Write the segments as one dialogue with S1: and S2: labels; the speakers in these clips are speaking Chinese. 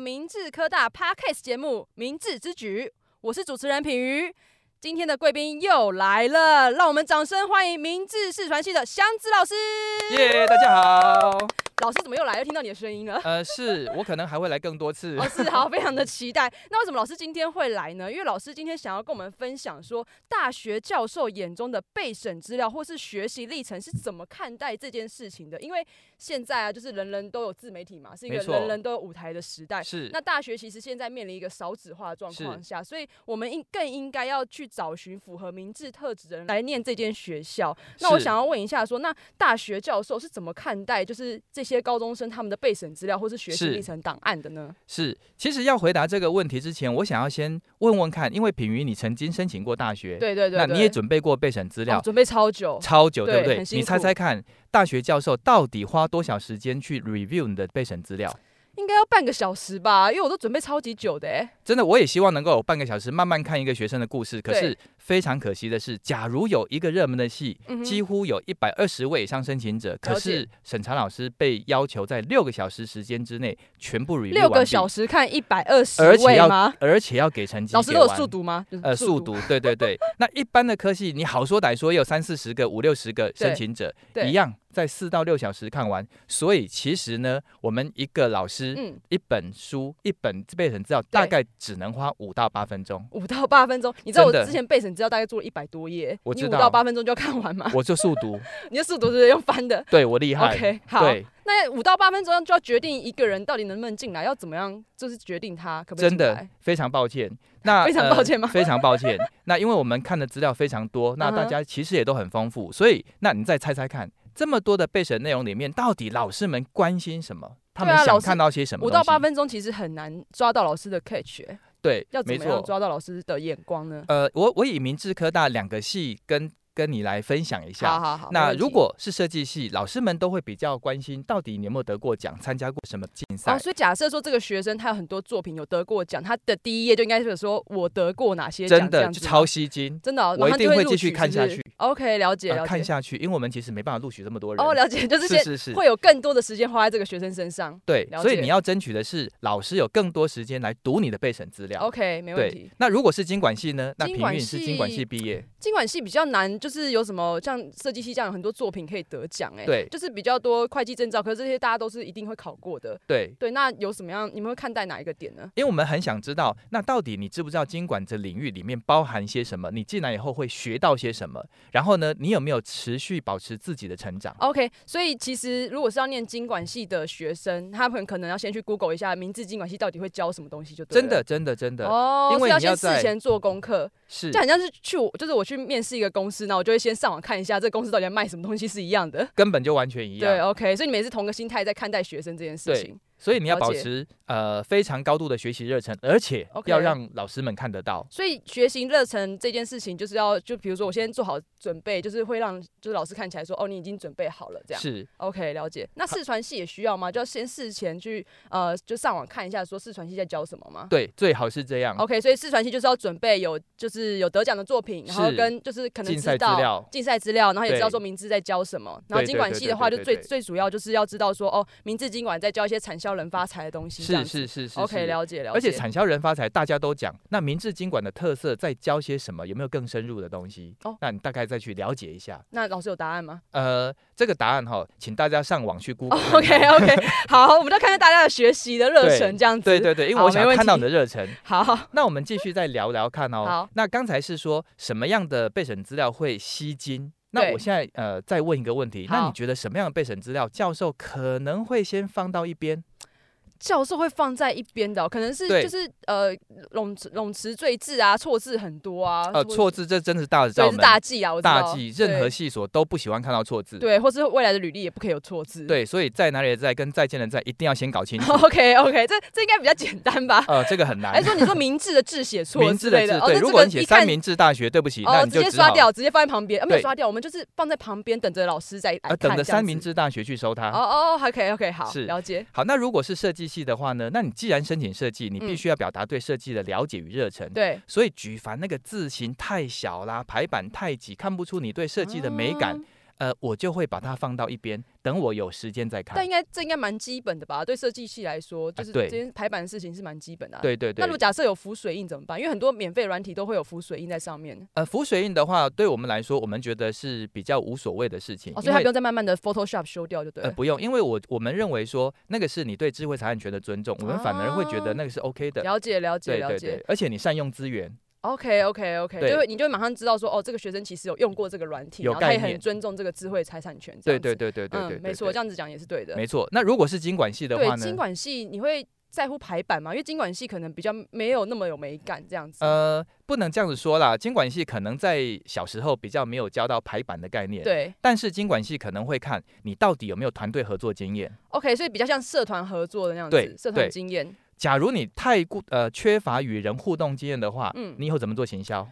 S1: 明治科大 Podcast 节目《明治之举》，我是主持人品瑜。今天的贵宾又来了，让我们掌声欢迎明治视传系的香子老师。
S2: 耶大家好。
S1: 老师怎么又来了？又听到你的声音 了。
S2: 呃，是我可能还会来更多次
S1: 老。师好，非常的期待。那为什么老师今天会来呢？因为老师今天想要跟我们分享说，大学教授眼中的备审资料或是学习历程是怎么看待这件事情的。因为现在啊，就是人人都有自媒体嘛，是一个
S2: 没错
S1: 人人都有舞台的时代。
S2: 是
S1: 那大学其实现在面临一个少子化的状况
S2: 是
S1: 下，所以我们应更应该要去找寻符合明治特质的人来念这间学校。那我
S2: 是
S1: 想要问一下说那大学教授是怎么看待就是这些高中生他们的备审资料或是学习
S2: 是
S1: 历程档案的呢？
S2: 是，其实要回答这个问题之前，我想要先问问看，因为品瑜你曾经申请过大学，
S1: 对对对
S2: 那
S1: 对
S2: 你也准备过备审资料，
S1: 哦准备超久，
S2: 超久，
S1: 对
S2: 对不
S1: 很辛苦
S2: 对？你猜猜看，大学教授到底花多少时间去 review 你的备审资料？
S1: 应该要半个小时吧，因为我都准备超级久的、欸。
S2: 真的，我也希望能够有半个小时慢慢看一个学生的故事。可
S1: 对
S2: 是非常可惜的是，假如有一个热门的系，
S1: 嗯哼
S2: 几乎有一百二十位以上申请者，
S1: 了
S2: 可
S1: 解
S2: 是审查老师被要求在六个小时时间之内全部 review
S1: 六
S2: 完
S1: 个
S2: 毕
S1: 小时看一百二十
S2: 而且
S1: 位
S2: 要
S1: 吗？
S2: 而且要给成绩。
S1: 老师
S2: 给
S1: 都有
S2: 完
S1: 速。读吗？就是
S2: 呃，速读，对 对对。那一般的科系，你好说歹说也有三四十个、五六十个申请者，
S1: 对
S2: 一样在四到六小时看完。所以其实呢，我们一个老师、
S1: 嗯，
S2: 一本书、一本备审资料，大概只能花五到八分钟。
S1: 五到八分钟。你知道我
S2: 真的
S1: 之前备审资料大概做了一百多页，
S2: 我
S1: 你
S2: 知
S1: 五
S2: 道
S1: 到八分钟就要看完吗？
S2: 我就速读，
S1: 你的速读是用翻的。
S2: 对我厉害。
S1: OK，好，
S2: 对，
S1: 那五到八分钟就要决定一个人到底能不能进来，要怎么样，就是决定他可不可以
S2: 真
S1: 进
S2: 的
S1: 来。
S2: 非常抱歉。那 呃
S1: 非常抱歉吗
S2: 非常抱歉。 那因为我们看的资料非常 多，那
S1: 嗯哼
S2: 大家其实也都很丰富，所以那你再猜猜看，这么多的备审内容里面，到底老师们关心什么？他
S1: 对
S2: 们
S1: 啊老
S2: 想
S1: 师
S2: 看到些什么？
S1: 五到八，分钟其实很难抓到老师的 catch，、欸、
S2: 对
S1: 要，怎
S2: 没
S1: 么样
S2: 错。
S1: 抓到老师的眼光呢？
S2: 呃，我我以明治科大两个系跟跟你来分享一
S1: 好
S2: 下。
S1: 好好，没
S2: 那
S1: 问
S2: 如
S1: 题哦
S2: 果是设计系，老师们都会比较关心，到底你有没有得过奖，参加过什么竞赛
S1: 哦，？所以假设说这个学生他有很多作品有得过奖，他的第一页就应该是说我得过哪些奖，
S2: 真
S1: 这
S2: 的
S1: 样
S2: 就
S1: 子吗
S2: 超吸睛。
S1: 真的哦、然
S2: 我一
S1: 后
S2: 定
S1: 就
S2: 会
S1: 录
S2: 继续
S1: 取
S2: 看
S1: 是
S2: 下
S1: 不是
S2: 去。
S1: OK，了解
S2: 呃
S1: 了解。
S2: 看下去，因为我们其实没办法录取这么多人。
S1: 哦，了解，就是
S2: 是
S1: 先
S2: 是是，
S1: 会有更多的时间花在这个学生身上。
S2: 对
S1: 了，
S2: 所以
S1: 解
S2: 你要争取的是老师有更多时间来读你的备审资料。
S1: OK，没问
S2: 对
S1: 题。，
S2: 那如果是经管系呢？那
S1: 经
S2: 平
S1: 管
S2: 运是经管
S1: 系
S2: 系毕业，
S1: 经管系比较难，就是有什么像设计系这样有很多作品可以得奖，哎，
S2: 对
S1: 就是比较多会计证照，可是这些大家都是一定会考过的。
S2: 对，
S1: 对，那有什么样？你们会看待哪一个点呢？
S2: 因为我们很想知道，那到底你知不知道经管这领域里面包含些什么？你进来以后会学到些什么？然后呢，你有没有持续保持自己的成长？
S1: OK，所以其实如果是要念经管系的学生，他们可能要先去 Google 一下明治经管系到底会教什么东西就对了
S2: 真的，真的，真的，
S1: 哦，
S2: 因为
S1: 是要
S2: 你
S1: 先
S2: 要
S1: 事
S2: 在
S1: 前做功课，
S2: 是
S1: 就很像是去我就是我去面试一个公司，那我就会先上网看一下这个公司到底在卖什么东西是一样的。
S2: 根本就完全一
S1: 对哦
S2: 样。
S1: ，OK，所以你们也是同个心态在看待学生这件事
S2: 对
S1: 情。
S2: 所以你要
S1: 了
S2: 保
S1: 解
S2: 持呃非常高度的学习热忱，而且
S1: OK
S2: 要让老师们看得到。
S1: 所以学习热忱这件事情，就是要就比如说我先做好准备，就是会让就是老师看起来说哦你已经准备好了这样。
S2: 是
S1: OK，了解。那四传系也需要吗？就要先事前去呃就上网看一下说四传系在教什么吗？
S2: 对，最好是这样。
S1: OK，所以四传系就是要准备有就是有得奖的作品，然后
S2: 是
S1: 跟就是可能
S2: 竞
S1: 知
S2: 赛资
S1: 道
S2: 料
S1: 竞赛资料，然后也知道
S2: 对
S1: 说明治在教什么。然后
S2: 对
S1: 经
S2: 对
S1: 管
S2: 对
S1: 系
S2: 对
S1: 的话，就
S2: 对
S1: 最
S2: 对对
S1: 最主要就是要知道说哦，明治经管在教一些产销人发财的东西。这样子
S2: 是是是是
S1: OK，
S2: 是
S1: 了解了解。
S2: 而且产销人发财，大家都讲，那明治经管的特色在教些什么？有没有更深入的东西？
S1: 哦
S2: 那你大概再去了解一下。
S1: 那老师有答案吗
S2: 呃，这个答案哈，请大家上网去 Google 看看。
S1: ？OK OK，好，我们就看看大家的学习的热忱
S2: 对
S1: 这样子。
S2: 对对对，因为
S1: 好
S2: 我想
S1: 没
S2: 要
S1: 问
S2: 看到
S1: 题
S2: 你的 热忱。
S1: 好，
S2: 那我们继续再聊聊看哦。
S1: 好，
S2: 那刚才是说什么样的备审资料会吸睛？那
S1: 对
S2: 我现在呃再问一个问题，
S1: 好
S2: 那你觉得什么样的备审资料教授可能会先放到一边？
S1: 教授会放在一边的哦、可能是
S2: 对
S1: 就是呃冗词冗词赘字啊，错字很多啊，
S2: 呃，
S1: 或
S2: 错字这真的是大
S1: 对
S2: 罩
S1: 是
S2: 门，
S1: 大忌啊，我知道
S2: 大忌，任何
S1: 对
S2: 系所都不喜欢看到错字。
S1: 对，或是未来的履历也不可以有错字。
S2: 对，所以在哪里的在跟再见的在一定要先搞清楚。
S1: OK OK，这这应该比较简单 吧？
S2: 呃，这个很
S1: 哦还
S2: 难
S1: 是。说你说明治的字写错
S2: 明
S1: 之
S2: 治
S1: 类
S2: 字
S1: 的？哦，
S2: 对，
S1: 那
S2: 如
S1: 这
S2: 果
S1: 个
S2: 你写
S1: 一看
S2: 三明治大学，对不起，那
S1: 哦，
S2: 你
S1: 直
S2: 就
S1: 接
S2: 只
S1: 刷
S2: 好
S1: 掉，直接放在旁边，啊没有
S2: 对
S1: 刷掉，我们就是放在旁边等着老师再来
S2: 呃
S1: 看。
S2: 等着
S1: 这样
S2: 三明
S1: 子。
S2: 治大学去收它。
S1: 哦哦，OK OK，好，
S2: 是
S1: 了解。
S2: 好，那如果是设计系的话呢？那你既然申请设计，你必
S1: 嗯
S2: 须要表达对设计的了解与热忱。
S1: 对，
S2: 所以举凡那个字形太小啦，排版太挤，看不出你对设计的美感，
S1: 啊
S2: 呃，我就会把它放到一边，等我有时间再看
S1: 但。应该这应该蛮基本的吧？对设计系来说，就是
S2: 啊对
S1: 这件排版的事情是蛮基本的、啊。
S2: 对对
S1: 那
S2: 对
S1: 如果，假设有浮水印怎么办？因为很多免费软体都会有浮水印在上面，
S2: 呃，浮水印的话，对我们来说，我们觉得是比较无所谓的事情，
S1: 哦，所以
S2: 因
S1: 它不
S2: 为
S1: 用再慢慢的 Photoshop 修掉就对
S2: 呃
S1: 了。
S2: 不用，因为我我们认为说那个是你对智慧财产权的尊重，我们反而会觉
S1: 啊
S2: 得那个是 OK 的。
S1: 了解了解
S2: 对
S1: 了
S2: 对
S1: 解
S2: 对，而且你善用资源，
S1: ，OK OK OK，
S2: 对
S1: 就会你就会马上知道说，哦，这个学生其实有用过这个软体，
S2: 有
S1: 然后他也
S2: 概念
S1: 很尊重这个智慧财产权。这
S2: 对
S1: 样子
S2: 对对对对对，
S1: 嗯，没
S2: 对
S1: 错，
S2: 对
S1: 这样子讲也是对的。
S2: 没错。那如果是经管系的话
S1: 对，
S2: 呢
S1: 经？管系你会在乎排版吗？因为经管系可能比较没有那么有美感这样子。
S2: 呃，不能这样子说啦，经管系可能在小时候比较没有教到排版的概念，
S1: 对
S2: 但是经管系可能会看你到底有没有团队合作经验。
S1: ，OK，所以比较像社团合作的那样子
S2: 对，
S1: 社团
S2: 对
S1: 经验。
S2: 假如你太过呃缺乏与人互动经验的话，
S1: 嗯
S2: 你以后怎么做行销？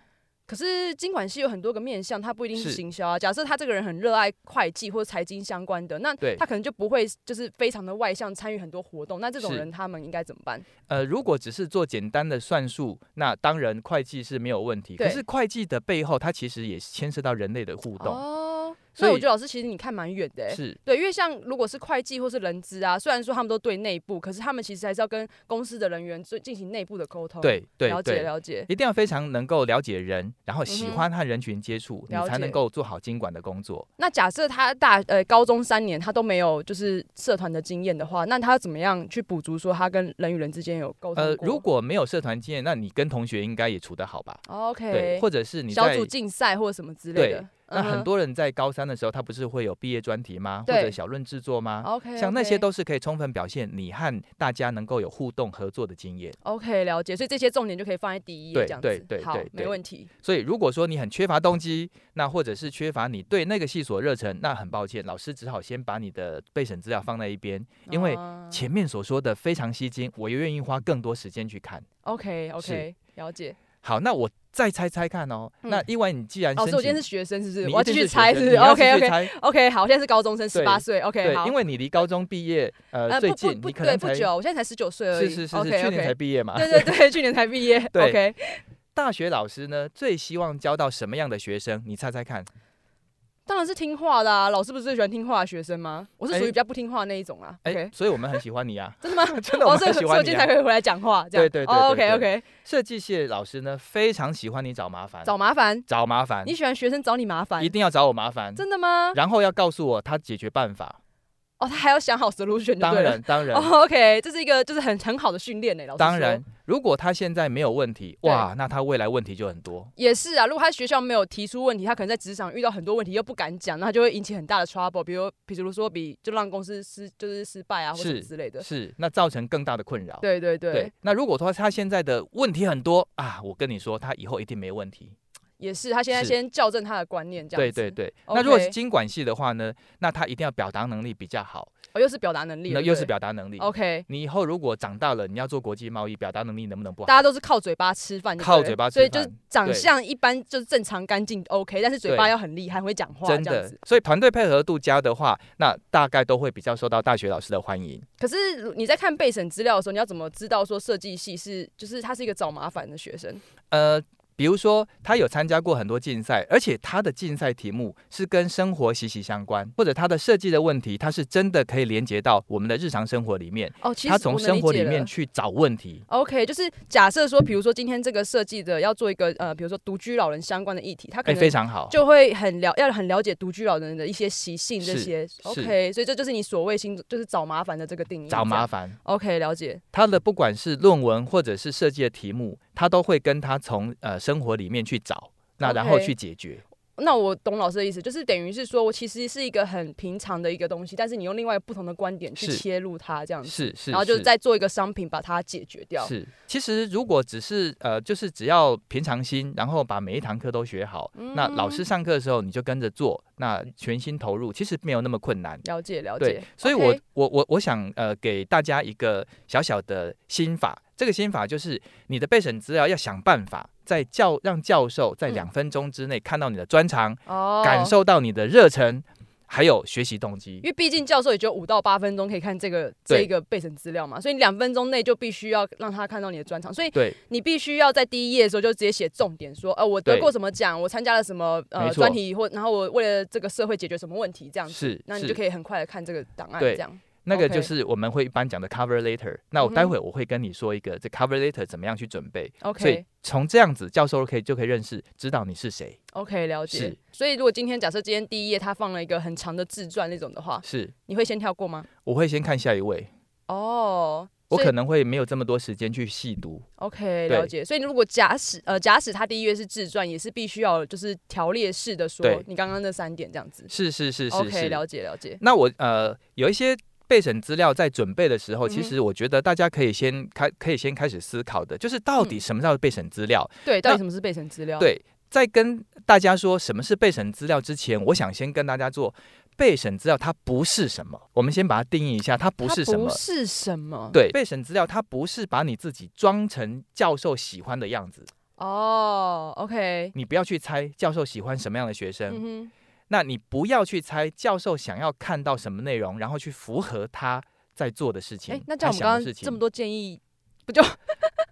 S1: 可是经管系有很多个面向，他不一定是
S2: 是
S1: 行销啊。假设他这个人很热爱会计或财经相关的，那
S2: 对
S1: 他可能就不会就是非常的外向，参与很多活动。那这种
S2: 是
S1: 人他们应该怎么办？
S2: 呃，如果只是做简单的算术，那当然会计是没有问题。
S1: 对
S2: 可是会计的背后，它其实也牵涉到人类的互动，
S1: 哦，
S2: 所
S1: 那
S2: 以
S1: 我觉得老师其实你看蛮远的、欸。
S2: 是
S1: 对，因为像如果是会计或是人资啊，虽然说他们都对内部，可是他们其实还是要跟公司的人员做进行内部的沟通。，
S2: 对对
S1: 哦了解
S2: 对，
S1: 了解。
S2: 一定要非常能够了解人，然后
S1: 嗯
S2: 喜
S1: 哼
S2: 欢和人群接触，
S1: 了
S2: 你才能
S1: 解
S2: 够做好经管的工作。
S1: 那假设他大呃高中三年他都没有就是社团的经验的话，那他怎么样去补足说他跟人与人之间有沟通
S2: 呃，
S1: 过
S2: 如果没有社团经验，那你跟同学应该也处得好吧？对，
S1: OK，
S2: 或者是你
S1: 小
S2: 在
S1: 组竞赛或者什么之类的嗯
S2: 对，那很
S1: 多
S2: 多人在高三的时候，他不是会有毕业专题吗？或
S1: 对哦
S2: 者小论制作吗？
S1: OK，
S2: 啊像那些都是可以充分表现你和大家能够有互动合作的经验。
S1: OK 了解，所以这些重点就可以放在第一页
S2: 对
S1: 这样子，
S2: 对对
S1: 好
S2: 对，
S1: 没
S2: 对
S1: 问题。
S2: 所以如果说你很缺乏动机，那或者是缺乏你对那个系所热忱，那很抱歉，老师只好先把你的备审资料放在一边，因为
S1: 啊
S2: 前面所说的非常吸睛，我也愿意花更多时间去看。
S1: OK
S2: 是
S1: OK 了解。
S2: 好，那我再猜猜看哦。
S1: 嗯
S2: 那因为你既然
S1: 哦，所
S2: 申
S1: 以
S2: 请，
S1: 我今天是学生，是不是？
S2: 你
S1: 我要
S2: 一定
S1: 继续
S2: 是学
S1: 猜，
S2: 生
S1: 是不
S2: 你
S1: 是
S2: 要继
S1: ？OK
S2: 续
S1: OK
S2: 猜
S1: OK，好，我现在是高中生，十八岁。OK，好，
S2: 对，因为你离高中毕业，呃，
S1: 呃
S2: 最
S1: 不
S2: 近
S1: 不
S2: 你
S1: 不
S2: 可
S1: 对
S2: 能
S1: 不
S2: 才
S1: 久，我现在才十九岁而已。
S2: 是是是是，
S1: OK
S2: 去年才
S1: OK，
S2: 毕业嘛。
S1: 对对对，去年才毕业。
S2: 对
S1: OK，
S2: 大学老师呢，最希望教到什么样的学生？你猜猜看。
S1: 当然是听话的啊，老师不是最喜欢听话的学生吗？我是属于比
S2: 哎
S1: 较不听话那一种啊。
S2: 哎、
S1: OK，，
S2: 所以我们很喜欢你啊
S1: 真的吗？
S2: 真的我
S1: 哦，
S2: 们
S1: 所以
S2: 很
S1: 所
S2: 喜
S1: 以我
S2: 欢
S1: 今
S2: 你、
S1: 天才
S2: 啊。
S1: 可以回来讲话，这样。哦
S2: 对对对对
S1: OK
S2: 对
S1: OK，
S2: 设计系的老师呢，非常喜欢你找麻烦，
S1: 找麻烦。
S2: 找麻烦
S1: 你，喜欢学生找你麻烦
S2: 哎一，定要找我麻烦，
S1: 真的吗？
S2: 然后要告诉我他解决办法。
S1: 哦，他还要想好 solution 就
S2: 当
S1: 对了
S2: 然，。当然，
S1: 哦，OK，这是一个就是很很好的训练呢，欸老师。
S2: 当然，，如果他现在没有问题，
S1: 对
S2: 哇，那他未来问题就很多。
S1: 也是啊。如果他学校没有提出问题，他可能在职场遇到很多问题又不敢讲，那他就会引起很大的 trouble，比如比如说比就让公司失就是失败啊，或者
S2: 是
S1: 之类的。
S2: 是，那造成更大的困扰。
S1: 对对对，
S2: 对，那如果说他现在的问题很多啊，我跟你说，他以后一定没问题。
S1: 也是。他现在
S2: 是
S1: 先校正他的观念，这样
S2: 对
S1: 子。
S2: 对对。
S1: OK
S2: 那如果是经管系的话呢，那他一定要表达能力比较好，
S1: 哦，又是表达能力了，
S2: 那
S1: 对
S2: 又是表达能力。
S1: OK。
S2: 你以后如果长大了，你要做国际贸易，表达能力能不能不
S1: 大
S2: 好？
S1: 家都是靠嘴巴吃饭就对了，
S2: 靠嘴巴吃
S1: 所以就是
S2: 饭
S1: 长
S2: 对
S1: 相一般就是正常干净 OK，但是嘴
S2: 对
S1: 巴要很厉害，会讲话
S2: 真
S1: 这样子
S2: 的。，所以团队配合度佳的话，那大概都会比较受到大学老师的欢迎。
S1: 可是你在看备审资料的时候，你要怎么知道说设计系是就是他是一个找麻烦的学生？
S2: 呃，比如说他有参加过很多竞赛，而且他的竞赛题目是跟生活息息相关，或者他的设计的问题，他是真的可以连接到我们的日常生活里面，
S1: 哦，其实
S2: 他从
S1: 我能
S2: 生
S1: 理
S2: 活
S1: 解
S2: 里
S1: 了
S2: 面去找问题。
S1: OK，就是假设说，比如说今天这个设计的要做一个呃，比如说独居老人相关的议题，他可
S2: 哎，非
S1: 能
S2: 常好，
S1: 就会很了要很了解独居老人的一些习性这
S2: 是
S1: 些。OK，所以这就是你所谓心就是找麻烦的这个定义。
S2: 找麻
S1: 烦。
S2: 烦。
S1: OK，了解。
S2: 他的不管是论文或者是设计的题目，他都会跟他从呃生活里面去找，那然后
S1: OK
S2: 去解决。
S1: 那我懂老师的意思，就是等于是说我其实是一个很平常的一个东西，但是你用另外不同的观点去
S2: 是
S1: 切入它，这样子，
S2: 是是，
S1: 嗯然后就是再做一个商品把它解决掉。
S2: 是，其实如果只是呃，就是只要平常心，然后把每一堂课都学好，那
S1: 嗯
S2: 老师上课的时候你就跟着做，那全心投入，其实没有那么困难。
S1: 了解了
S2: 对
S1: 解，，
S2: 所以我
S1: OK，
S2: 我我我想呃给大家一个小小的心法，这个心法就是你的备审资料要想办法在教让教授在
S1: 嗯
S2: 两分钟之内看到你的专长，
S1: 哦
S2: 感受到你的热忱。还有学习动机
S1: 因。为毕竟教授也只有五到八分钟可以看这个这
S2: 对
S1: 一个备审资料嘛，所以你两分钟内就必须要让他看到你的专长，所以
S2: 对，
S1: 你必须要在第一页的时候就直接写重点说，呃，我得
S2: 对
S1: 过什么奖，我参加了什么呃
S2: 没错
S1: 专题或然后我为了这个社会解决什么问题这样子，
S2: 是
S1: 那你
S2: 是
S1: 就可以很快的看这个档案
S2: 对
S1: 这样。
S2: 那个
S1: OK
S2: 就是我们会一般讲的 cover letter。那我
S1: 嗯哼
S2: 待会我会跟你说一个这 cover letter 怎么样去准备。所以
S1: OK
S2: 从这样子，教授可以就可以认识知道你是谁。
S1: OK 了解
S2: 是。
S1: 所以如果今天假设今天第一页他放了一个很长的自传那种的话，
S2: 是，
S1: 你会先跳过吗？
S2: 我会先看下一位，
S1: 哦，
S2: 我
S1: 所以
S2: 可能会没有这么多时间去细读。
S1: OK
S2: 对
S1: 了解。所以如果假使呃假使他第一页是自传，也是必须要就是条列式的说
S2: 对
S1: 你刚刚那三点这样子。
S2: 是是是是
S1: OK 了
S2: 是。
S1: 解了解。
S2: 那我呃有一些备审资料在准备的时
S1: 嗯
S2: 候，其
S1: 哼
S2: 实我觉得大家可以先开可以先开始思考的，就是到底
S1: 嗯
S2: 什么叫备审资料？
S1: 对，到底
S2: 那
S1: 什么是备审资料？
S2: 对，在跟大家说什么是备审资料之前，我想先跟大家做备审资料它不是什么，我们先把它定义一下，它不
S1: 它
S2: 是什么
S1: 不。是什么。
S2: 对，备审资料它不是把你自己装成教授喜欢的样子，
S1: 哦，OK，
S2: 你不要去猜教授喜欢什么样的学生，
S1: 嗯
S2: 那你不要去猜教授想要看到什么内容，然后去符合他在做的事
S1: 哼，
S2: 情。
S1: 哎，那这样我
S2: 他
S1: 们
S2: 想的
S1: 刚
S2: 事
S1: 刚
S2: 情
S1: 这么多建议，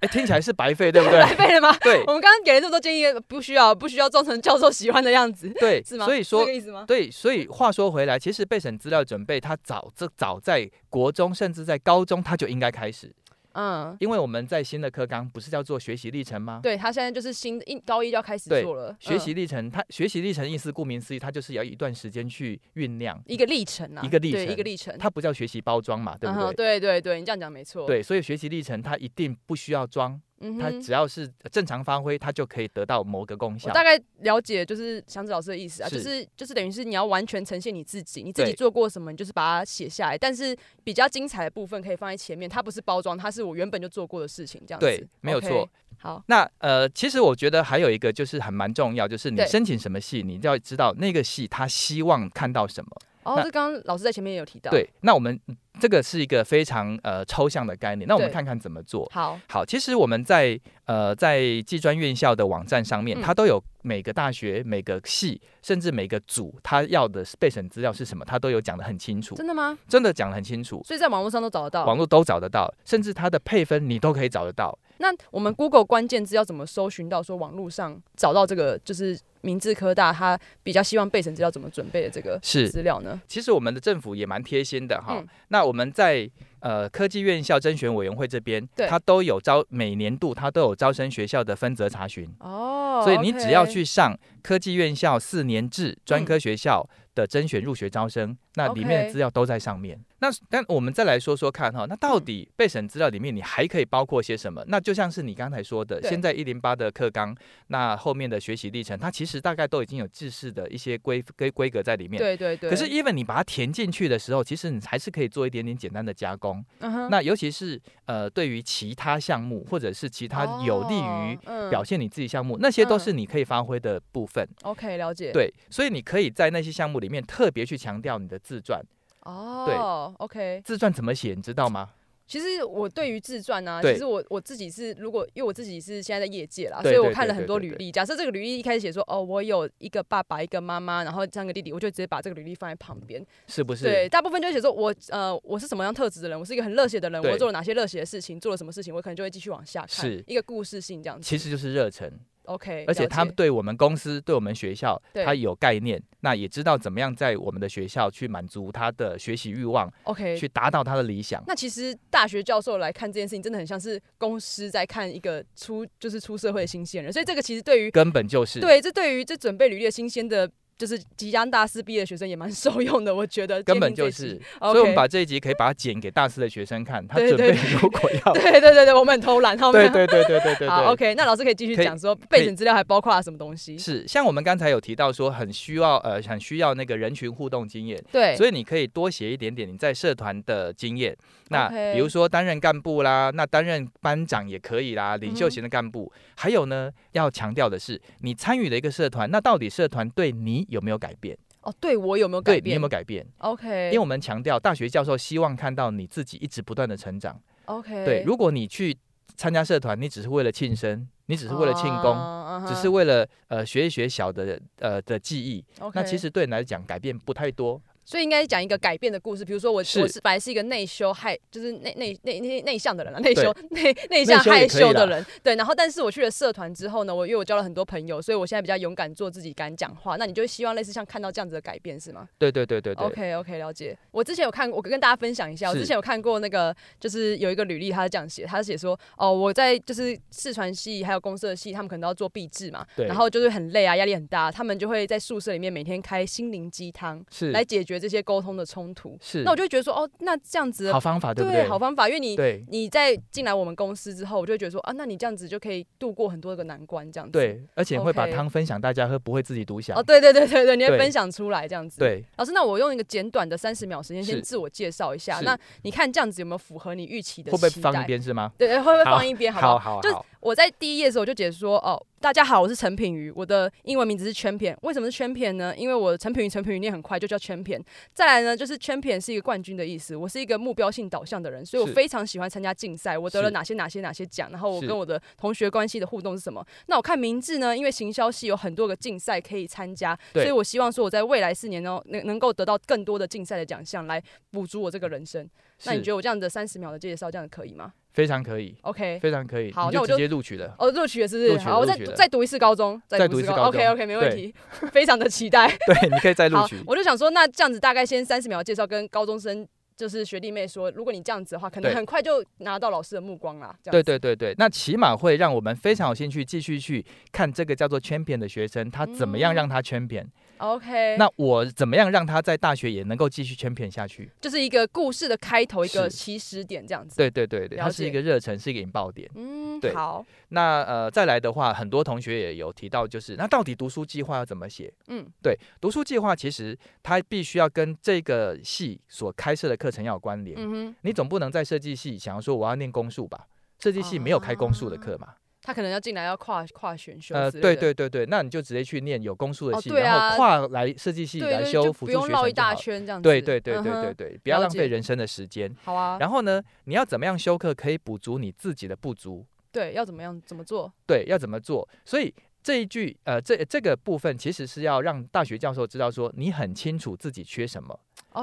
S2: 哎，听起来是白费，对不对？
S1: 白费了吗？
S2: 对
S1: 我们刚刚给了这么多建议，不需要，不需要装成教授喜欢的样子，
S2: 对，
S1: 是吗？
S2: 所以说
S1: 这个意思吗？
S2: 对，所以话说回来，其实备审资料准备，它早这早在国中，甚至在高中，它就应该开始，
S1: 嗯，
S2: 因为我们在新的课纲不是叫做学习历程吗？
S1: 对他现在就是新的一高一就要开始
S2: 对
S1: 做了
S2: 学
S1: 嗯
S2: 习历程，它学习历程意思顾名思义，它就是要一段时间去酝酿，
S1: 一个历程啊，
S2: 一个历
S1: 对一
S2: 程
S1: 个历程，
S2: 它不叫学习包装嘛，对
S1: 嗯
S2: 不
S1: 哼
S2: 对？
S1: 对对对，你这样讲没错。，
S2: 对，所以学习历程它一定不需要装，
S1: 嗯
S2: 它
S1: 哼，
S2: 只要是正常发挥，它就可以得到某个功
S1: 我
S2: 效。
S1: 大概了解，就是祥子老师的意思啊，就是是就是等于是你要完全呈现你自己，你自己
S2: 对
S1: 做过什么，你就是把它写下来。但是比较精彩的部分可以放在前面，它不是包装，它是我原本就做过的事情，这样子。
S2: 对没有
S1: OK，
S2: 错
S1: 好，
S2: 那呃，其实我觉得还有一个就是很蛮重要，就是你
S1: 对
S2: 申请什么戏，你就要知道那个戏他希望看到什么。
S1: 哦，
S2: 那
S1: 这刚刚老师在前面也有提到。，
S2: 对，那我们嗯这个是一个非常呃抽象的概念，那我们
S1: 对
S2: 看看怎么做。
S1: 好，
S2: 好，其实我们在呃在技专院校的网站上面，
S1: 嗯
S2: 它都有每个大学、每个系，甚至每个组，它要的备审资料是什么，它都有讲得很清楚，
S1: 真的哦吗？
S2: 真的讲得很清楚，
S1: 所以在网络上都找得
S2: 网
S1: 到。
S2: 络都找得到，甚至它的配分你都可以找得到。
S1: 那我们 Google 关键字要怎么搜寻到说网络上找到这个就是明治科大他比较希望备审资料怎么准备的这个
S2: 是，
S1: 资料呢？
S2: 其实我们的政府也蛮贴心的哈。
S1: 嗯
S2: 那我们在呃科技院校甄选委员会这边
S1: 对，
S2: 它都有招每年度它都有招生学校的分责查询。
S1: 哦，
S2: 所以你只要
S1: OK 嗯
S2: 去上科技院校四年制专科学校的甄选入学招生，那里面
S1: OK
S2: 的资料都在上面。那但我们再来说说看哈，那
S1: 嗯
S2: 到底备审资料里面你还可以包括些什么？那就像是你刚才说的，
S1: 对
S2: 现在一零八的课纲，那后面的学习历程，它其实大概都已经有制式的一些规规规格在里面。
S1: 对对对。
S2: 可是，even 你把它填进去的时候，其实你还是可以做一点点简单的加工。
S1: 嗯哼，
S2: 那尤其是呃，对于其他项目或者是其他有利于
S1: 于
S2: 表现你自己项目，那些都
S1: 嗯
S2: 是你可以发挥的部分。
S1: OK，了解。，
S2: 对，所以你可以在那些项目里面特别去强调你的自传。
S1: 哦，OK。
S2: 自传怎么写，你知道吗？
S1: 其实我对于自传啊，
S2: 对
S1: 其实我我自己是，如果因为我自己是现在在业界啦，所
S2: 对
S1: 以我
S2: 对
S1: 看了
S2: 对
S1: 很
S2: 对
S1: 多
S2: 对
S1: 履
S2: 对
S1: 历。假设这个履历一开始写说，哦，我有一个爸爸，一个妈妈，然后三个弟弟，我就直接把这个履历放在旁边。
S2: 是不是？
S1: 对，大部分就会写说我呃我是什么样特质的人，我是一个很热血的人，
S2: 对
S1: 我做了哪些热血的事情，做了什么事情，我可能就会继续往下看
S2: 是，
S1: 一个故事性这样子。
S2: 其实就是热忱，
S1: OK，
S2: 而且
S1: 了
S2: 他
S1: 解
S2: 对我们公司、对我们学校，
S1: 对
S2: 他有概念，那也知道怎么样在我们的学校去满足他的学习欲望，
S1: OK
S2: 去达到他的理想。
S1: 那其实大学教授来看这件事情，真的很像是公司在看一个出就是出社会的新鲜人，所以这个其实对于
S2: 根本就是
S1: 对这对于这准备履历的新鲜的，就是即将大四毕业的学生也蛮受用的，我觉得
S2: 根本
S1: 今
S2: 就
S1: 天这一
S2: 是
S1: 集，
S2: 所以我
S1: OK
S2: 们把这一集可以把它剪给大四的学生看，他
S1: 对
S2: 准
S1: 对
S2: 备如果要，
S1: 对对对对，我们很偷懒，好吗？
S2: 对对对对对对
S1: 好
S2: 对。
S1: OK，那老师可以继续
S2: 可以
S1: 讲说
S2: 以
S1: 备选资料还包括了什么东西？
S2: 是，像我们刚才有提到说，很需要呃，很需要那个人群互动经验，
S1: 对，
S2: 所以你可以多写一点点你在社团的经验。那
S1: OK
S2: 比如说担任干部啦，那担任班长也可以啦，领
S1: 嗯
S2: 袖
S1: 哼
S2: 型的干部。还有呢，要强调的是，你参与了一个社团，那到底社团对你有没有改变？
S1: 哦，对我有没有改
S2: 对你
S1: 变？
S2: 有没有改变？因
S1: OK？
S2: 为我们强调，大学教授希望看到你自己一直不断的成长。
S1: OK，
S2: 对，如果你去。参加社团，你只是为了庆生，你只是为了庆功，
S1: 哦
S2: 只是为了呃学一学小的呃的技艺。
S1: 嗯哼
S2: 那其
S1: OK
S2: 实对你来讲改变不太多，
S1: 所以应该讲一个改变的故事，比如说我
S2: 是
S1: 我是本来是一个内羞害，就是内内内内内向的人啊，内羞内内
S2: 内
S1: 向
S2: 羞也
S1: 害
S2: 可以
S1: 羞的
S2: 啦
S1: 人，对。然后但是我去了社团之后呢，我因为我交了很多朋友，所以我现在比较勇敢做自己，敢讲话。那你就希望类似像看到这样子的改变是吗
S2: 对对对对对
S1: o k OK，了解。我之前有看过，我跟大家分享一下，我
S2: 是
S1: 之前有看过那个，就是有一个履历，他是这样写，他写说，哦，我在就是视传系还有公社系，他们可能都要做毕制嘛，
S2: 对
S1: 然后就是很累啊，压力很大，他们就会在宿舍里面每天开心灵鸡汤。
S2: 是
S1: 来解决这些沟通的冲突。
S2: 是，
S1: 那我就会觉得说，哦，那这样子的
S2: 好方法，对不对？
S1: 好方法，因为你
S2: 对
S1: 你在进来我们公司之后，我就会觉得说，啊，那你这样子就可以度过很多个难关，这样子。。
S2: 对，而且会把
S1: OK
S2: 汤分享大家喝，不会自己独享
S1: 哦，。对对对对对，你会
S2: 对
S1: 分享出来这样子。。
S2: 对，
S1: 老师，那我用一个简短的三十秒时间先
S2: 是
S1: 自我介绍一下。
S2: 是
S1: 那你看这样子有没有符合你预期的
S2: 会
S1: 期
S2: 不
S1: 待？
S2: 会放一边是吗？
S1: 对，对会不会
S2: 好
S1: 放一边？好不
S2: 好好
S1: 就是
S2: 好，
S1: 我在第一页的时候我就解说，哦，大家好，我是陈品瑜，我的英文名字是圈片。为什么是圈片呢？因为我陈品瑜，陈品瑜念很快就叫圈片。再来呢，就是圈片是一个冠军的意思。我是一个目标性导向的人，所以我
S2: 是
S1: 非常喜欢参加竞赛。我得了
S2: 是
S1: 哪些哪些哪些奖，然后我
S2: 是
S1: 跟我的同学关系的互动是什么？那我看明志呢，因为行销系有很多个竞赛可以参加，所
S2: 对
S1: 以我希望说我在未来四年呢，能能够得到更多的竞赛的奖项来补足我这个人生。那你
S2: 是
S1: 觉得我这样的三十秒的介绍，这样可以吗
S2: 非常可以，
S1: ？OK，
S2: 非常可以，
S1: 好
S2: 你
S1: 那我
S2: 就
S1: 就
S2: 直接录取了。
S1: 哦，录取了是不是？
S2: 录取了
S1: 好，我再
S2: 录取了
S1: 再读一次高中，
S2: 再
S1: 读
S2: 读一次
S1: 高
S2: 高中
S1: OK OK，没问题， 非常的期待。
S2: 对，你可 以再录
S1: 好
S2: 取，。
S1: 我就想说，那这样子大概先三十秒介绍，跟高中生就是学弟妹说，如果你这样子的话，可能
S2: 对
S1: 很快就拿到老师的目光啦。这样
S2: 对
S1: 子，
S2: 对对对，那起码会让我们非常有兴趣继续去看这个叫做 champion 的学生，他怎么样让他 champion？、
S1: 嗯，OK，
S2: 那我怎么样让他在大学也能够继续 champion 下去？
S1: 就是一个故事的开头，一个
S2: 是
S1: 起始点这样子。
S2: 对对对对，
S1: 了
S2: 它是一
S1: 解
S2: 个热忱，是一个引爆点。
S1: 嗯，
S2: 对
S1: 好，
S2: 那呃，再来的话，很多同学也有提到，就是那到底读书计划要怎么写？
S1: 嗯，
S2: 对，读书计划其实它必须要跟这个系所开设的课程要有关联。
S1: 嗯哼，
S2: 你总不能在设计系想要说我要念公数吧？设计系没有开公数的课嘛？
S1: 他可能要进来要跨跨选修
S2: 呃，
S1: 之
S2: 对
S1: 类的。
S2: 对对对，那你就直接去念有公数的
S1: 哦
S2: 系，
S1: 对
S2: 然
S1: 啊
S2: 后跨来设计系
S1: 对
S2: 来
S1: 对
S2: 修
S1: 就
S2: 辅
S1: 不
S2: 助
S1: 用
S2: 学
S1: 绕一
S2: 程就
S1: 大
S2: 好。
S1: 圈这样子。
S2: 对对对对
S1: 嗯
S2: 对
S1: 哼，
S2: 对，不要
S1: 了
S2: 浪
S1: 解
S2: 费人生的时间。
S1: 好啊，
S2: 然后呢，你要怎么样修课可以补足你自己的不足？
S1: 对，要怎么样怎么做？
S2: 对，要怎么做？所以这一句呃，这这个部分其实是要让大学教授知道说你很清楚自己缺什么，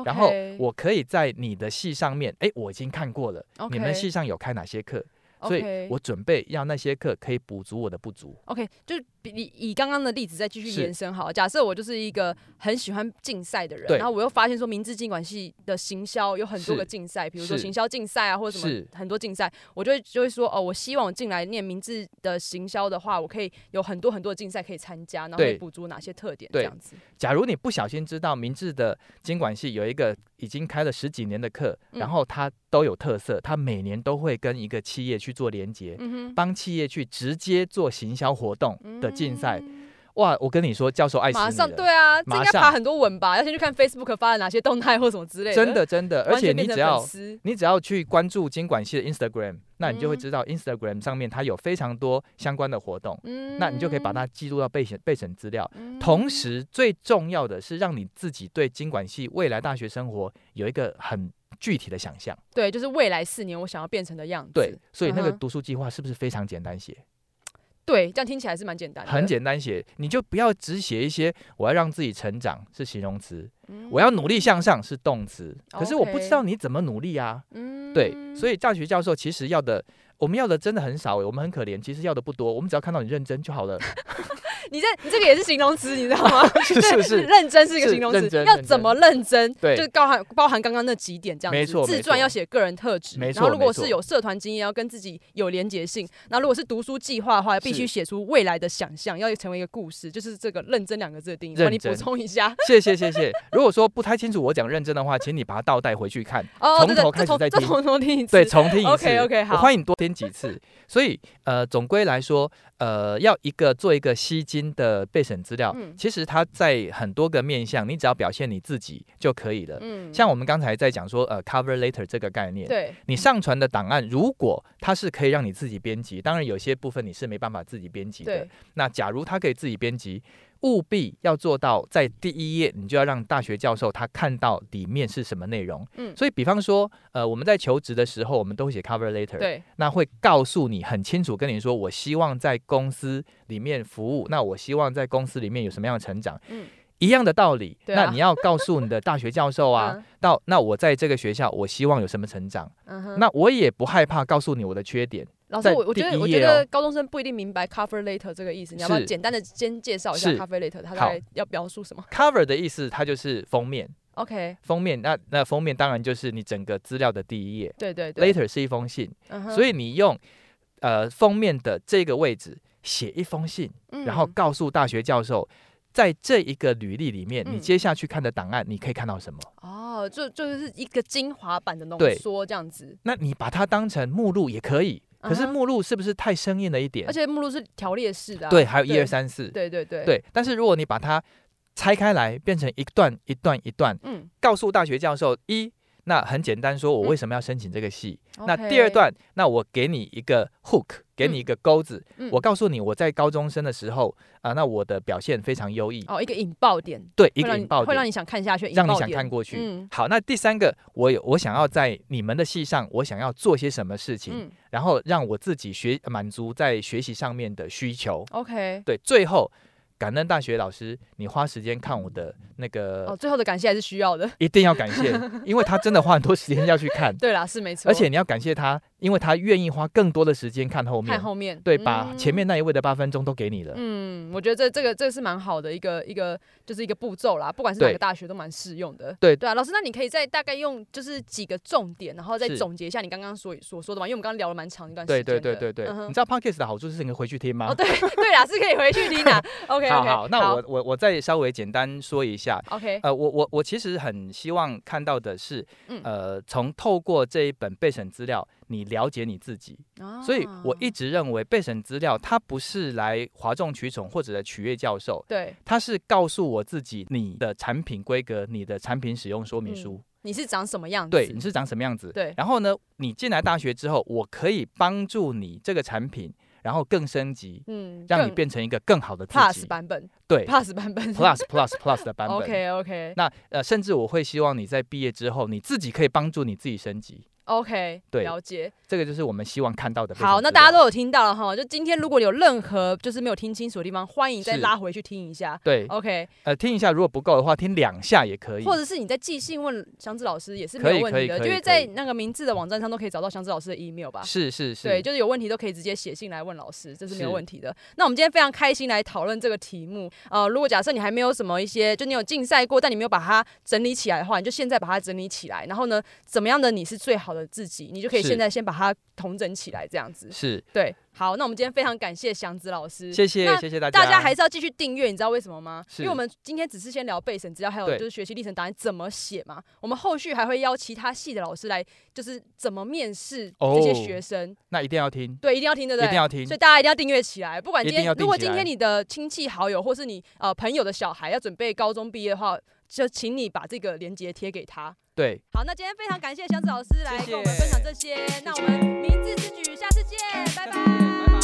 S2: 然后
S1: OK，
S2: 我可以在你的系上面，诶，我已经看过了你们
S1: OK
S2: 系上有开哪些课，所
S1: OK
S2: 以我准备要那些课可以补足我的不足。
S1: OK，就是比以以刚刚的例子再继续
S2: 是
S1: 延伸好了。假设我就是一个很喜欢竞赛的人，
S2: 对
S1: 然后我又发现说，明治经管系的行销有很多
S2: 是
S1: 个竞赛，比如说
S2: 是
S1: 行销竞赛啊，或者什么
S2: 是
S1: 很多竞赛，我就会就会说，哦，我希望我进来念明治的行销的话，我可以有很多很多的竞赛可以参加，然后可以
S2: 对
S1: 补足哪些特点这
S2: 对
S1: 样子。
S2: 假如你不小心知道明治的经管系有一个已经开了十几年的课，
S1: 嗯
S2: 然后它都有特色，它每年都会跟一个企业去做连接，
S1: 嗯 哼，
S2: 帮企业去直接做行销活动的竞赛。
S1: 嗯
S2: 哇，我跟你说，教授爱死
S1: 马
S2: 你
S1: 上
S2: 了
S1: 对啊，这应该
S2: 马上
S1: 爬很多文吧？要先去看 Facebook 发了哪些动态或什么之类
S2: 真
S1: 的，
S2: 的真的，而
S1: 完
S2: 且
S1: 全
S2: 你
S1: 变成
S2: 只
S1: 粉
S2: 要
S1: 丝。
S2: 你只要去关注经管系的 Instagram，那你就会
S1: 嗯
S2: 知道 Instagram 上面它有非常多相关的活动，
S1: 嗯
S2: 那你就可以把它记录到备审备审资料。
S1: 嗯
S2: 同时，最重要的是让你自己对经管系未来大学生活有一个很具体的想象。
S1: 对，就是未来四年我想要变成的样子。
S2: 对，所以那个
S1: 嗯哼
S2: 读书计划是不是非常简单写？
S1: 对，这样听起来是蛮简单的，
S2: 很简单写，你就不要只写一些我要让自己成长是形容词，
S1: 嗯。
S2: 我要努力向上是动词。可是我不
S1: OK
S2: 知道你怎么努力啊。
S1: 嗯
S2: 对，所
S1: 以
S2: 以大学教授其实要的，我们要的真的很少欸，我们很可怜，其实要的不多，我们只要看到你认真就好了，
S1: 你这你这个也是形容词，你知道 吗？
S2: 是
S1: 对
S2: 是是，
S1: 认真 是一个
S2: 是
S1: 形容
S2: 认
S1: 词，
S2: 真
S1: 要
S2: 认
S1: 怎
S2: 真
S1: 么认真？
S2: 对
S1: 就是包含包含刚刚那几点这样子。
S2: 没错
S1: 自
S2: 没
S1: 传要
S2: 错
S1: 写个人特质，
S2: 没
S1: 然后
S2: 错
S1: 如
S2: 没
S1: 果是
S2: 错
S1: 有社团经验，要跟自己有连结性。那如果是读书计划的话，必须
S2: 是
S1: 写出未来的想象，要成为一个故事，就是这个“认真”两个字的定义。帮
S2: 认
S1: 你补
S2: 真
S1: 充一下。
S2: 谢谢谢谢。如果说不太清楚我讲认真的话，请你把它倒带回去看，
S1: 哦，
S2: 从
S1: 对对，这
S2: 头开始
S1: 从
S2: 再
S1: 这
S2: 听
S1: 从头听一次。
S2: 对，重听一次。
S1: OK，OK，好
S2: 我欢迎多听几次。所以呃，总归来说，呃，要一个做一个吸睛的备审资料，
S1: 嗯
S2: 其实它在很多个面向，你只要表现你自己就可以了。
S1: 嗯，
S2: 像我们刚才在讲说，呃，cover later 这个概念，
S1: 对
S2: 你上传的档案，如果它是可以让你自己编辑，当然有些部分你是没办法自己编辑的
S1: 对。，
S2: 那假如它可以自己编辑，务必要做到在第一页，你就要让大学教授他看到里面是什么内容。
S1: 嗯
S2: 所以，比方说，呃，我们在求职的时候，我们都会写 cover letter，，
S1: 对，
S2: 那会告诉你很清楚，跟你说，我希望在公司里面服务，那我希望在公司里面有什么样的成长，
S1: 嗯
S2: 一样的道理。
S1: 对啊
S2: 那你要告诉你的大学教 授啊，到那我在这个学校，我希望有什么成长，
S1: 嗯哼
S2: 那我也不害怕告诉你我的缺点。
S1: 老师，
S2: 在
S1: 我我觉得
S2: 第一
S1: 我
S2: 页
S1: 觉得
S2: 哦
S1: 高中生不一定明白 cover later 这个意思，你要不要
S2: 是
S1: 简单的先介绍一下
S2: 是
S1: cover later 它大
S2: 好
S1: 概要描述什么
S2: cover 的意思，它就是封面，
S1: ？OK，
S2: 封面那那封面当然就是你整个资料的第一页。
S1: 对对对嗯
S2: Later 是一封信，
S1: 所
S2: 所以你用呃封面的这个位置写一封信，
S1: 嗯
S2: 然后告诉大学教授，在这一个履历里面，
S1: 嗯
S2: 你接下去看的档案，你可以看到什么？
S1: 哦，就就是一个精华版的浓
S2: 对
S1: 缩这样子，
S2: 那你把它当成目录也可以，可是
S1: 嗯哼
S2: 目录是不是太生硬了一点
S1: 而？且目录是条列式的啊，
S2: 对，还有一
S1: 对
S2: 二三四，
S1: 对对对，
S2: 对。但是如果你把它拆开来，变成一段一段一段，
S1: 嗯，
S2: 告诉大学教授一。那很简单，说我为什么要申请这个系？那
S1: OK
S2: 第二，段，那我给你一个 hook，给你一个钩子，
S1: 嗯
S2: 我告诉你我在高中生的时候啊、那我的表现非常优异，
S1: 哦，一个引爆点，
S2: 对，一
S1: 会
S2: 个
S1: 让你
S2: 引爆
S1: 会让
S2: 点，
S1: 你想看下去，引
S2: 让你
S1: 爆
S2: 想
S1: 点
S2: 看过去。
S1: 嗯
S2: 好，那第三个，我有我想要在你们的系上，我想要做些什么事情，
S1: 嗯
S2: 然后让我自己学满足在学习上面的需求。
S1: ，OK，
S2: 对，最后感恩大学老师，你花时间看我的那个，
S1: 哦，最后的感谢还是需要的，，
S2: 一定要感谢，因为他真的花很多时间要去看
S1: 对啦，是没错，
S2: 而且你要感谢他，因为他愿意花更多的时间看后面
S1: 看，后面，
S2: 对，把前
S1: 嗯
S2: 面那一位的八分钟都给你了。
S1: 嗯，我觉得这这个这是蛮好的一个一个就是一个步骤啦，不管是哪
S2: 对
S1: 个大学都蛮适用的。
S2: 对
S1: 对啊，老师，那你可以再大概用就是几个重点，然后再
S2: 是
S1: 总结一下你刚刚所所说的嘛，因为我们刚刚聊了蛮长一段时
S2: 对
S1: 间的。
S2: 对对对对，
S1: 嗯哼
S2: 你知道 podcast 的好处是你可以回去听吗？
S1: 哦，对对啦，是可以回去 听的。OK OK，
S2: 好好，那我我我再稍微简单说一下。
S1: OK，
S2: 呃，我我我其实很希望看到的是
S1: 嗯，
S2: 呃，从透过这一本备审资料，你了解你自己。呃所以我一
S1: 啊
S2: 直认为备审资料它不是来哗众取宠或者来取悦教授，
S1: 对
S2: 它是告诉我自己你的产品规格、你的产品使用说明书，
S1: 你嗯是长什么样子？
S2: 对你是长什么样子。
S1: 对
S2: 然后呢，你进来大学之后，我可以帮助你这个产品，然后更升级，
S1: 嗯，
S2: 让你
S1: 更
S2: 变成一个更好的自
S1: Plus
S2: 己。
S1: 版本
S2: 对
S1: ，Plus 版本
S2: ，plus plus plus 的版 本。
S1: OK OK
S2: 那呃，甚至我会希望你在毕业之后，你自己可以帮助你自己升级。
S1: OK，
S2: 对
S1: 了解。
S2: 这个就是我们希望看到的。
S1: 好，那大家都有听到了哈。就今天如果有任何就是没有听清楚的地方，欢迎再
S2: 是
S1: 拉回去听一下。
S2: 对，
S1: OK，
S2: 呃，听一下，如果不够的话，听两下也可以。
S1: 哦或者是你在寄信问祥子老师也是
S2: 可
S1: 没
S2: 以
S1: 有问
S2: 可
S1: 题
S2: 以
S1: 的，
S2: 可
S1: 因
S2: 以
S1: 为
S2: 可
S1: 在
S2: 以
S1: 那个明字的网站上都可以找到祥子老师的 email 吧。
S2: 是是是，
S1: 对，就是有问题都可以直接写信来问老师，这是没有
S2: 是
S1: 问题的。那我们今天非常开心来讨论这个题目。呃，如果假设你还没有什么一些，就你有竞赛过，但你没有把它整理起来的话，你就现在把它整理起来。然后呢，怎么样的你是最好的自己，你就可以
S2: 是
S1: 现在先把它统整起来，这样子。
S2: 是，
S1: 对，好，那我们今天非常感谢祥子老师，
S2: 谢谢
S1: 那
S2: 谢谢大家，
S1: 大家还是要继续订阅，你知道为什么吗？
S2: 是
S1: 因为我们今天只是先聊备审资料，还有
S2: 对
S1: 就是学习历程档案怎么写嘛。我们后续还会邀其他系的老师来，就是怎么面试这些
S2: 哦
S1: 学生。
S2: 那一定要听，
S1: 对，一定要听，对不
S2: 一
S1: 对？
S2: 定要听
S1: 所以，大家一定要订阅起来，不管今
S2: 一定
S1: 天
S2: 要，订
S1: 如果
S2: 起
S1: 今
S2: 来
S1: 天你的亲戚好友或是你呃朋友的小孩要准备高中毕业的话，就请你把这个链接贴给他。
S2: 对，
S1: 好，那今天非常感谢祥子老师来
S2: 谢谢
S1: 跟我们分享这些，那我们明智之举，下次见，拜
S2: 下
S1: 拜
S2: 次见拜拜。